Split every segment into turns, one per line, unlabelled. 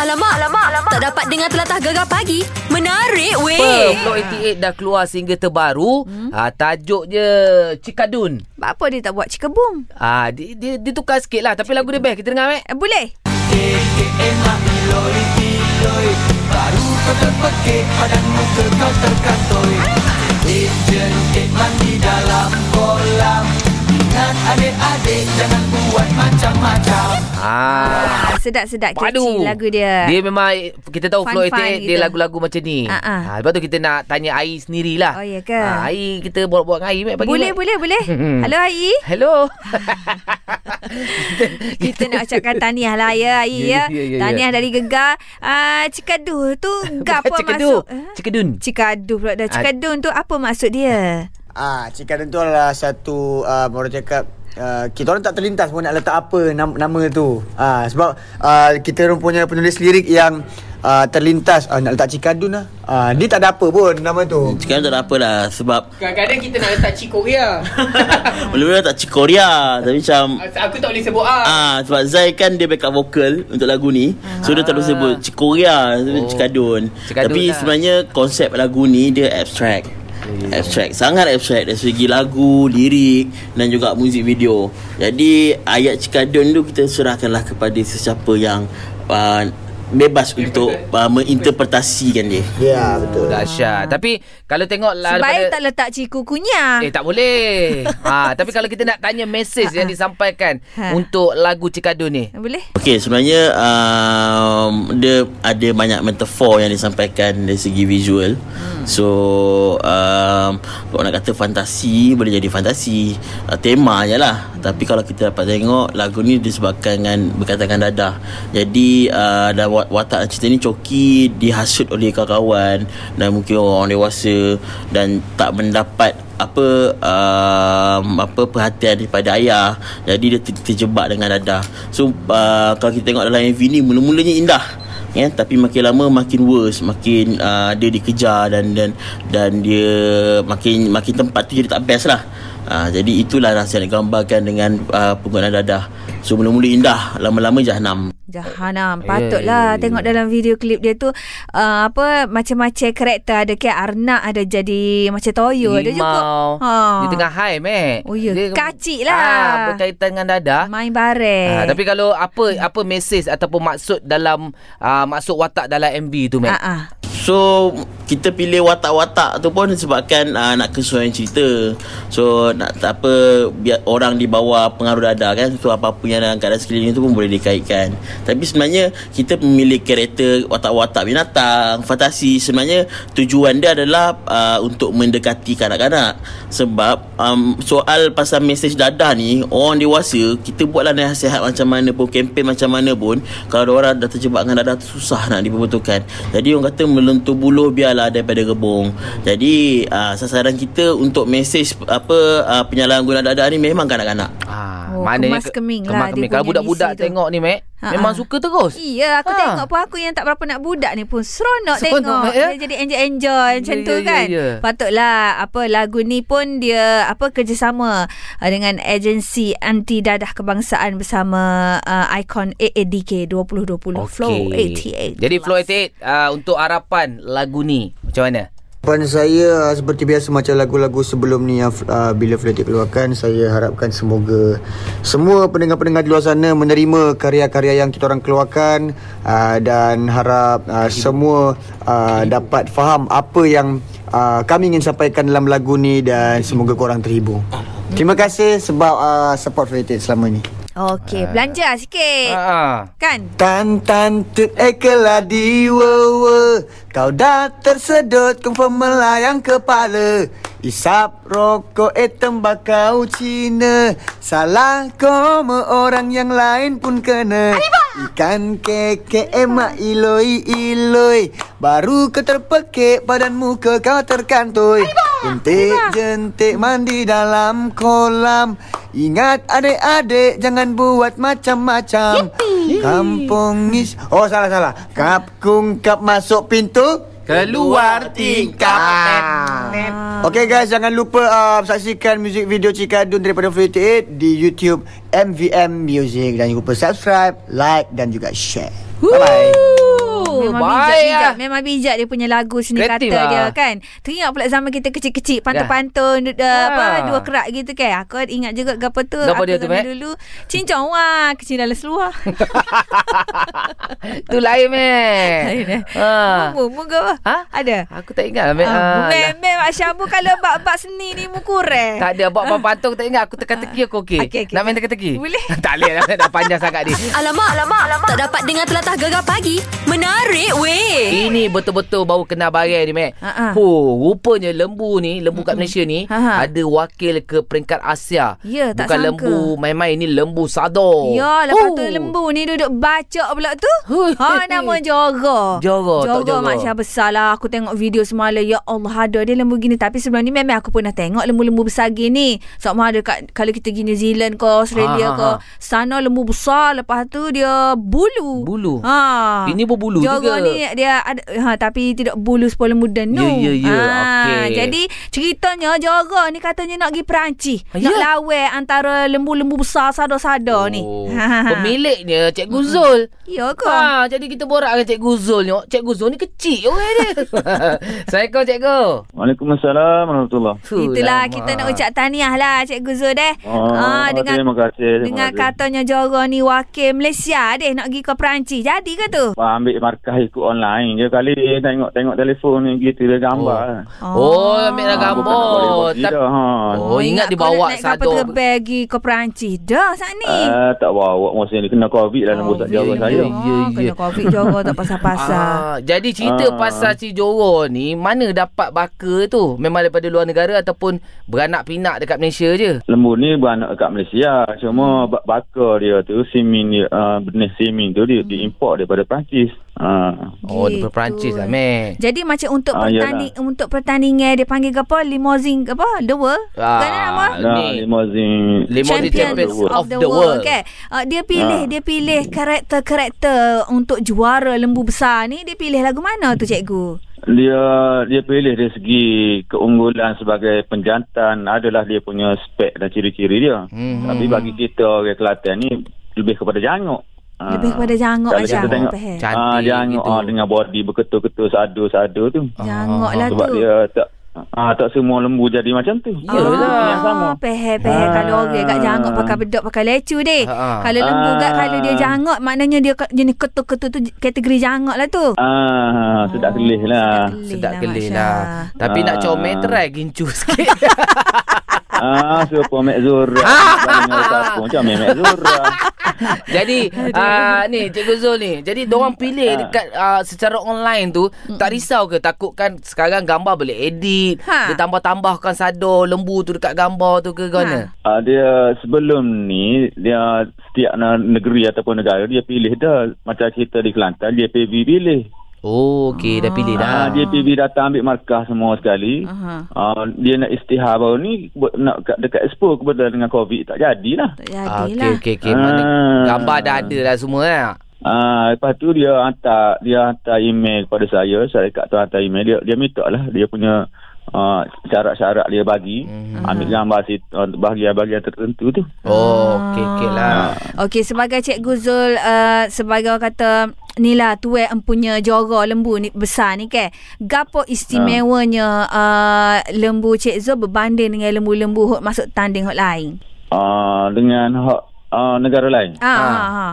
Alamak, alamak, alamak. Tak dapat dengar telatah gegar pagi.
Eh.
Menarik
Apa?
weh.
Blok 88 dah keluar single terbaru. Hmm? Ah, tajuk dia Cikadun.
Buat apa dia tak buat cikebung?
Ah, dia, dia, dia tukar sikit lah. Tapi lagu dia best. Kita dengar, Mek.
Eh, boleh?
Ah.
Ah, sedap-sedap catchy lagu dia.
Dia memang Kita tahu
Fun-fun
Flow 88 Dia
gitu.
lagu-lagu macam ni Ha,
Ah, ah.
Lepas tu kita nak Tanya Air sendirilah
Oh, ya ke?
Ah, Air kita buat-buat dengan Air Mek, pagi
boleh,
Mek.
boleh, boleh.
Hmm.
Halo, Ai.
Hello
Kita nak ucapkan tahniah lah ya, Ai.
Ya,
Ya,
ya, ya, ya.
Tahniah dari Gegar. Ah, Cikadu tu gap apa maksud?
Cikadu Ah.
Ah?
Cikadun
Cikadu pula dah. Cikadun tu apa maksud dia?
Ah, Cikadun tu adalah satu uh, orang cakap Uh, kita orang tak terlintas pun nak letak apa nama, nama tu uh, Sebab uh, kita orang punya penulis lirik yang uh, terlintas uh, Nak letak Cikadun lah uh, Dia tak ada apa pun nama tu
Sekarang tak ada apalah Sebab
Kadang-kadang kita nak letak Cik Korea
Mula-mula tak Cikoria Tapi macam
Aku tak boleh sebut ah.
Ah, sebab Zai kan dia backup vokal untuk lagu ni. So dia terus sebut
Oh.
Cikoria, oh. Cikadun.
Cikadun
Tapi
lah.
sebenarnya konsep lagu ni dia abstract. Abstract Sangat abstract Dari segi lagu Lirik Dan juga muzik video Jadi Ayat Cikadun tu Kita serahkanlah kepada Sesiapa yang uh, Bebas untuk uh, Menginterpretasikan dia
Ya yeah, betul
Dahsyat Tapi Kalau tengok lah
Sebaik tak
daripada-
letak ciku kunyah.
Eh tak boleh ha, Tapi kalau kita nak tanya Mesej yang disampaikan
Ah, Ha.
Untuk lagu Cikadun ni
Boleh?
Okey, sebenarnya um, dia ada banyak metafor yang disampaikan dari segi visual. Hmm. So, um, kalau nak kata fantasi boleh jadi fantasi, uh, tema je lah. Tapi kalau kita dapat tengok lagu ni disebabkan dengan berkaitan dengan dadah. Jadi, uh, dan wat- watak cerita ni coki dihasut oleh kawan-kawan dan mungkin orang dewasa dan tak mendapat apa um, apa perhatian daripada ayah jadi dia ter- terjebak dengan dadah so uh, kalau kita tengok dalam MV ni mula-mulanya indah ya tapi makin lama makin worse makin uh, dia dikejar dan dan dan dia makin makin tempat tu jadi tak best lah uh, jadi itulah rasa yang digambarkan dengan uh, penggunaan dadah so mula-mula indah lama-lama jahanam
Jahanam
Ya,
Patutlah yeah, Tengok dalam video klip dia tu uh, Apa Macam-macam karakter Ada kayak Arnak Ada jadi Macam Toyo Ada juga
ha. Dia tengah high Mek
Oh, ya.
Dia-
Kacik lah. eh.
Ah, Berkaitan dengan dadah
Main bareng
Ha, tapi kalau apa apa mesej ataupun maksud dalam uh, maksud watak dalam MV tu Mek.
Ah, ah.
So kita pilih watak-watak tu pun sebabkan uh, nak kesesuaian cerita. So nak tak apa biar orang di bawah pengaruh dada kan. So apa-apa yang dalam keadaan sekeliling tu pun boleh dikaitkan. Tapi sebenarnya kita memilih karakter watak-watak binatang, fantasi. Sebenarnya tujuan dia adalah uh, untuk mendekati kanak-kanak. Sebab um, soal pasal mesej dada ni orang dewasa kita buatlah nasihat macam mana pun kempen macam mana pun kalau orang dah terjebak dengan dada tu susah nak diperbetulkan. Jadi orang kata melentur buluh biarlah daripada gebung. Jadi uh, sasaran kita untuk mesej apa uh, penyalahgunaan dada ni memang kanak-kanak.
Ah,
Oh, kemas keming lah dia
Kalau
punya
budak-budak
isi tu.
tengok ni, Mek,
Ha, ha.
memang suka terus.
Iya aku
Ha.
tengok pun Aku yang tak berapa nak budak ni pun Seronok, tengok
Seronok, ya?
Dia jadi enjoy-enjoy Macam
Ya,
tu
ya, ya,
kan
ya.
Patutlah Apa lagu ni pun Dia apa kerjasama uh, Dengan agensi Anti Dadah Kebangsaan Bersama uh, Icon AADK 2020 Flow 88
Jadi Flow 88 uh, untuk harapan lagu ni macam mana?
Harapan saya ah, seperti biasa macam lagu-lagu sebelum ni yang uh, bila Fletik keluarkan saya harapkan semoga semua pendengar-pendengar di luar sana menerima karya-karya yang kita orang keluarkan uh, dan harap uh, semua uh, dapat faham apa yang uh, kami ingin sampaikan dalam lagu ni dan semoga korang terhibur. Terima kasih sebab uh, support Fletik selama ni.
Okey, belanja sikit.
Ha.
Uh,
ah.
kan?
Tan tan tut ekeladi wewe Kau dah tersedut confirm melayang kepala Isap rokok eh tembakau Cina Salah koma orang yang lain pun kena Ikan keke emak iloi iloi Baru kau terpekik badan muka kau terkantoi Jentik jentik mandi dalam kolam Ingat adik-adik jangan buat macam-macam Kampung is Oh salah salah Kap kung kap masuk pintu
Keluar tingkap.
ah. Okay guys jangan lupa uh, Saksikan muzik video Cikadun daripada 48 Di YouTube MVM Music Dan jangan lupa subscribe Like dan juga share Bye bye
memang
Terbaik
bijak-bijak.
lah.
Memang bijak dia punya lagu seni kata
Kreatif lah. Ya.
dia kan. Teringat pula zaman kita kecil-kecil pantun-pantun uh,
Ah.
apa dua kerak gitu kan. Aku ingat juga gapo tu
Gapo
aku
dia tu,
zaman
Mat?
dulu cincong wah kecil dalam seluar.
Tu lain, meh.
Lain, eh?
Ha.
Mu mu gapo?
Ha?
Ada.
Aku tak ingat, meh.
Ah,
Ah, lah.
Mem, mem, Asyabu kalau bab-bab seni ni mu kurang.
Tak ada buat patung tak ingat aku teka-teki aku okey.
Ah. Okey, okey.
Nak main teka-teki?
Boleh. Ah.
tak boleh lah dah panjang sangat ni.
Alamak, alamak, alamak. Tak dapat dengar telatah gegar pagi. Menarik weh.
Ini betul-betul baru kena barang ni, Mek.
Ha, ha.
Oh, rupanya lembu ni, lembu kat Malaysia ni,
Ha, ha.
ada wakil ke peringkat Asia.
Ya, tak
Bukan
sangka.
lembu main-main ni, lembu sador.
Ya, lepas tu
Oh.
lembu ni duduk baca pula tu.
Hui.
Ha, nama Joro.
Joro, tak Joro.
macam besar lah. Aku tengok video semalam. Ya Allah, ada dia lembu gini. Tapi sebelum ni memang aku pernah tengok lembu-lembu besar gini. Sama ada kat, kalau kita pergi New Zealand ke Australia
Ha, ha,
ke.
ha.
Sana lembu besar. Lepas tu dia bulu.
Bulu.
Ha.
Ini pun bulu
Joro
juga.
ni dia ada, ha, tapi tidak bulu sepuluh muda. No.
Ya, ya, ya. Okey.
Ha, Jadi ceritanya Joro ni katanya nak pergi Perancis.
Ya.
Nak lawe antara lembu-lembu besar sada-sada ni.
Oh, Pemiliknya Cikgu Zul.
Ya ke?
Ha, jadi kita borak dengan Cikgu Zul ni. Oh, Cikgu Zul ni kecil orang dia. Assalamualaikum Cikgu.
Waalaikumsalam warahmatullahi
Fuh,
Itulah
lama.
kita nak ucap tahniah lah Cikgu Zul deh.
Oh,
Ah,
terima kasih, terima
dengan
kasih.
katanya Joro ni wakil Malaysia deh nak pergi ke Perancis. Jadi ke tu?
Pak ambil markah ikut online je kali tengok-tengok telefon ni gitu dia gambar.
Oh.
lah.
Oh, ambil dah
Ah,
gambar.
bukan nak boleh buat
Tapi-
tidak, ha.
Oh, ingat dia
kau
bawa
nak naik kapal
satu.
terbang pergi ke Perancis. Dah saat ni.
Ah, tak bawa masa ni kena covid lah nombor tak
ya,
jawab
Oh. ya,
saya.
ya.
Oh, Kena COVID Joro tak pasal-pasal.
Ah, jadi cerita
Ah.
pasal si Joro ni mana dapat baka tu? Memang daripada luar negara ataupun beranak pinak dekat Malaysia je?
Lembu ni beranak kat Malaysia.
Hmm.
Cuma ba- bakar dia tu, simin dia, uh, benih simin tu
Hmm.
dia diimport daripada Perancis. Ah.
Oh,
Gitu.
daripada Perancis lah, meh.
Jadi macam untuk
Ah,
pertanding untuk pertandingan dia panggil ke apa? Limousine ke apa? Dua.
Ah,
Kan nama?
Dah
ni.
limousine.
Limousine
Champions
Champions
of the world, kan. Uh, dia pilih
Ah.
dia pilih karakter-karakter untuk juara lembu besar ni dia pilih lagu mana tu cikgu?
Dia dia pilih dari segi keunggulan sebagai penjantan adalah dia punya spek dan ciri-ciri dia.
Hmm.
Hmm. Tapi bagi kita orang Kelantan ni lebih kepada jangok. Ah.
Lebih kepada jangok lah,
Kalau
aja.
kita tengok
Faham?
Cantik
ah, jangok
gitu. Ah.
ah, dengan body berketul-ketul sadu-sadu tu.
Jangok lah
Ah, Sebab
tu.
dia tak ah, tak semua lembu jadi macam tu.
Yalah.
Yang sama.
Pehe-pehe
Ah.
kalau orang kat jangok pakai bedok pakai lecu deh.
Ah.
Kalau lembu kat
Ah.
kalau dia jangok maknanya dia kat- jenis ketul-ketul tu kategori jangok lah tu.
Ah, sedap kelih lah.
Sedap
Masya.
kelih lah. Tapi nak
Ah.
comel try gincu sikit.
ah, super Mek Zura. Ah. Macam Mek Zura.
Jadi uh, ni Cikgu Zul ni. Jadi diorang
Ah.
pilih dekat uh, secara online tu tak risau ke takutkan sekarang gambar boleh edit,
Ha.
ha. dia tambah-tambahkan sado lembu tu dekat gambar tu ke
Ha.
gana.
Uh, dia sebelum ni dia setiap na- negeri ataupun negara dia pilih dah macam cerita di Kelantan dia PB pilih.
Oh okey dah pilih
Ah.
dah.
dia PB datang ambil markah semua sekali.
Aha.
Uh, dia nak istihar baru ni buat- nak kat- dekat expo kebetulan dengan COVID tak jadilah.
Tak
Ah,
jadilah.
Okey okey okey. Mana
Ah.
gambar dah ada lah semua lah.
Ah uh, lepas tu dia hantar dia hantar email kepada saya, saya dekat tu hantar email dia dia minta lah dia punya uh, syarat-syarat dia bagi
Mhm.
ambil gambar situ, bahagian-bahagian tertentu tu.
Oh okey okey lah.
Okey sebagai Cikgu Zul uh, sebagai orang kata ni lah tuai empunya jorok lembu ni besar ni ke. Gapo istimewanya
Ah.
uh, lembu Cik Zul berbanding dengan lembu-lembu hok masuk tanding hok lain.
Uh, dengan hak uh, negara lain.
Ah ha.
Ah.
ha.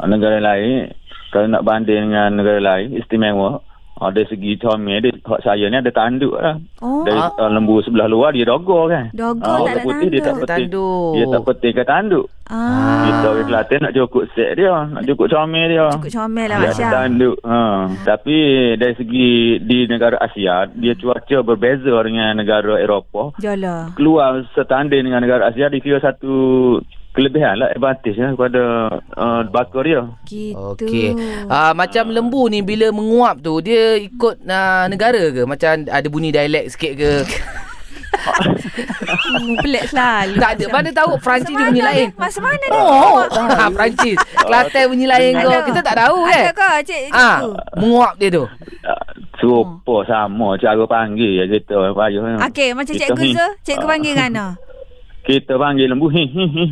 Ah, negara lain kalau nak banding dengan negara lain istimewa uh, dari segi comel dia hak saya ni ada tanduk lah
Oh.
dari uh, lembu sebelah luar dia dogor kan
Dogor
Ah,
tak
orang
ada
putih dia tak
tanduk.
petik
Tanduk.
dia tak petik ke tanduk
Ah.
kita orang Kelantan nak cukup set dia nak cukup comel dia
Cukup comel lah
dia ada
Masya.
tanduk ha. tapi dari segi di negara Asia dia cuaca berbeza dengan negara Eropah
Jolah.
keluar setanding dengan negara Asia dikira satu kelebihan lah advantage lah kepada uh, bakar dia
Gitu.
Okey. Ah macam lembu ni bila menguap tu dia ikut uh, negara ke? Macam ada bunyi dialek sikit ke?
Mu pelik selalu.
tak ada. Mana tahu Perancis dia
Masa
bunyi
lah, mana
lain.
dia- Masa mana dia?
Oh, ha, Perancis. Kelantan bunyi lain kau.
Ada.
Kita tak tahu kan.
Ada ke Cik
Ah,
Cikgu?
menguap dia tu.
Ah, Serupa sama cara panggil ya kita payah.
Ah.
Okey, macam Cikgu Zul, Cikgu panggil kan? eh,
Kita panggil lembu. Hi, hi, hi.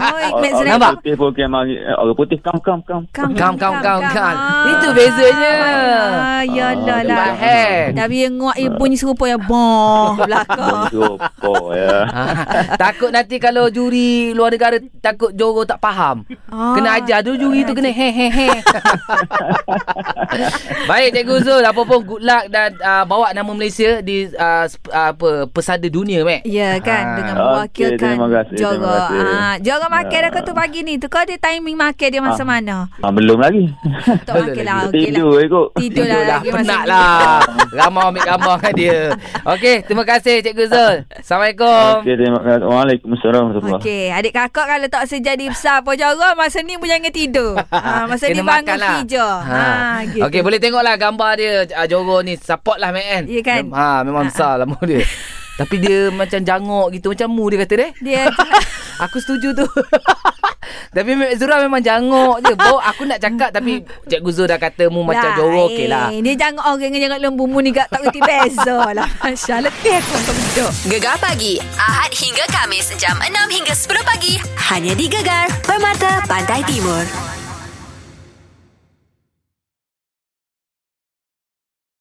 Oi, Mat Zuraidi.
Oh, Nampak?
Orang putih pun kena mari. eh, Orang putih, kam, kam, kam.
Kam,
Kam, kam, kam, kam.
Ah.
Itu bezanya.
Ah, yalah lah.
Ah,
tempat hand.
Tapi yang nguak eh, bunyi serupa yang boh lah belakang.
Sopo, ya.
Ah, takut nanti kalau juri luar negara takut Johor tak faham.
Ah.
Kena ajar dulu juri tu kena he he he. Baik Cikgu Zul, apa pun good luck dan uh, bawa nama Malaysia di uh, sp- uh, apa pesada dunia mek.
Ya kan
Ah.
dengan
Okey,
mewakilkan
terima kasih, terima
Johor.
kasih. Ya.
Ah, Johor market aku tu pagi ni. Tu kau dia timing market dia masa
Ah.
mana?
Ah, belum lagi.
Tak market lah. Okey lah.
Tidur eh, je kot.
Tidur lah lagi masa
penat
ni.
lah. Ramai ambil gambar dengan dia. Okey, terima kasih Cikgu Zul. Assalamualaikum.
Okey, terima kasih. Waalaikumsalam. warahmatullahi
Okey, adik kakak kalau tak sejadi besar apa Johor masa ni pun jangan tidur. ha, masa ni bangun
makan lah.
kerja. Ha, gitu.
Okey, boleh tengoklah gambar dia uh, Johor ni. Support lah Mek kan.
Ya kan?
Ha, memang besar lah mu dia. Tapi dia macam jangok gitu macam mu dia kata deh.
Dia
Aku setuju tu Tapi Mek Zura memang jangok je Bo, Aku nak cakap Tapi Cikgu Zul dah kata Mu macam
Lain.
jorok okey lah
eh, Dia jangan oh, orang dengan jangan lembu mu ni gak tak erti beza lah. Masya letih aku untuk duduk.
Gegar pagi Ahad hingga Kamis jam 6 hingga 10 pagi hanya di Gegar Permata Pantai Timur.